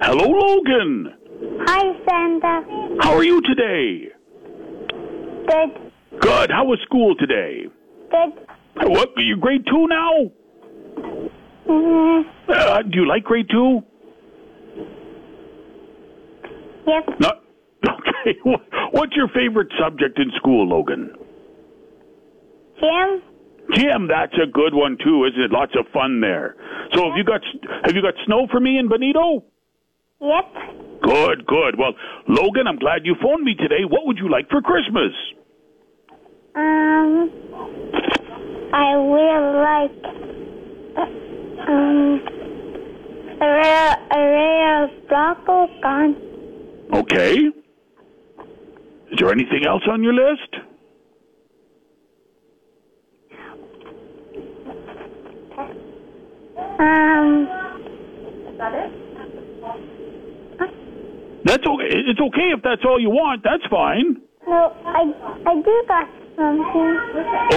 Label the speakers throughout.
Speaker 1: Hello, Logan.
Speaker 2: Hi, Santa.
Speaker 1: How are you today?
Speaker 2: Good.
Speaker 1: Good. How was school today?
Speaker 2: Good.
Speaker 1: What? You grade two now?
Speaker 2: Mm-hmm.
Speaker 1: Uh, do you like grade two?
Speaker 2: Yep.
Speaker 1: No. Okay. What- What's your favorite subject in school, Logan?
Speaker 2: Jim.
Speaker 1: Jim, that's a good one too, isn't it? Lots of fun there. So have you got have you got snow for me in Benito?
Speaker 2: Yep.
Speaker 1: Good, good. Well, Logan, I'm glad you phoned me today. What would you like for Christmas?
Speaker 2: Um. I will like. uh, Um. A real, a real Bronco gun.
Speaker 1: Okay. Is there anything else on your list?
Speaker 2: Um.
Speaker 1: That's okay. It's okay if that's all you want. That's fine.
Speaker 2: No, I I do got something.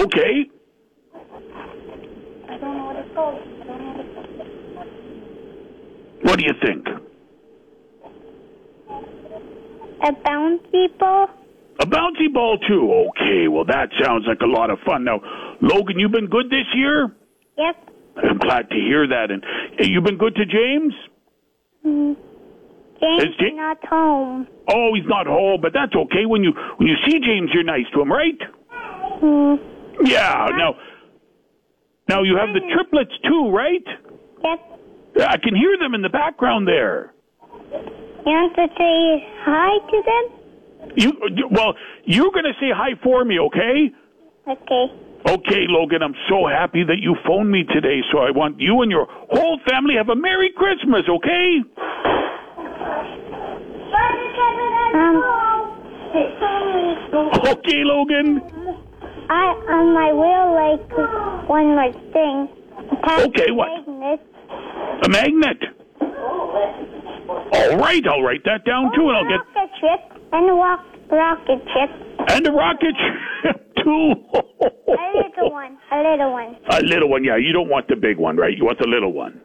Speaker 1: Okay.
Speaker 2: I don't know what it's called. I don't know what it's called.
Speaker 1: What do you think?
Speaker 2: A bouncy ball.
Speaker 1: A bouncy ball too. Okay. Well, that sounds like a lot of fun. Now, Logan, you've been good this year.
Speaker 2: Yep.
Speaker 1: I'm glad to hear that. And hey, you've been good to James.
Speaker 2: Mm. James
Speaker 1: Is Ja-
Speaker 2: not home.
Speaker 1: Oh, he's not home, but that's okay. When you when you see James, you're nice to him, right?
Speaker 2: Mm.
Speaker 1: Yeah. Now, now you have the triplets too, right?
Speaker 2: Yep.
Speaker 1: I can hear them in the background there.
Speaker 2: You want to say hi to them?
Speaker 1: You well, you're gonna say hi for me, okay?
Speaker 2: Okay.
Speaker 1: Okay, Logan, I'm so happy that you phoned me today. So I want you and your whole family have a Merry Christmas, okay?
Speaker 2: Um,
Speaker 1: Okay, Logan.
Speaker 2: I um I will like one more thing. Pass
Speaker 1: Okay,
Speaker 2: the
Speaker 1: what?
Speaker 2: Magnet.
Speaker 1: A magnet. All right, I'll write that down too, and I'll get
Speaker 2: rocket ship and a walk, rocket ship.
Speaker 1: and a rocket ship too.
Speaker 2: A little one. A little one.
Speaker 1: A little one, yeah. You don't want the big one, right? You want the little one.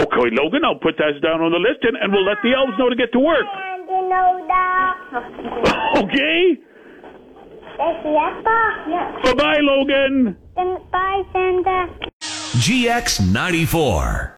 Speaker 1: Okay, Logan, I'll put that down on the list, and, and we'll let the elves know to get to work.
Speaker 2: And you know that.
Speaker 1: Okay.
Speaker 2: That's Yappa. Yeah.
Speaker 1: Bye, bye, Logan.
Speaker 2: Then bye, Santa.
Speaker 3: GX94.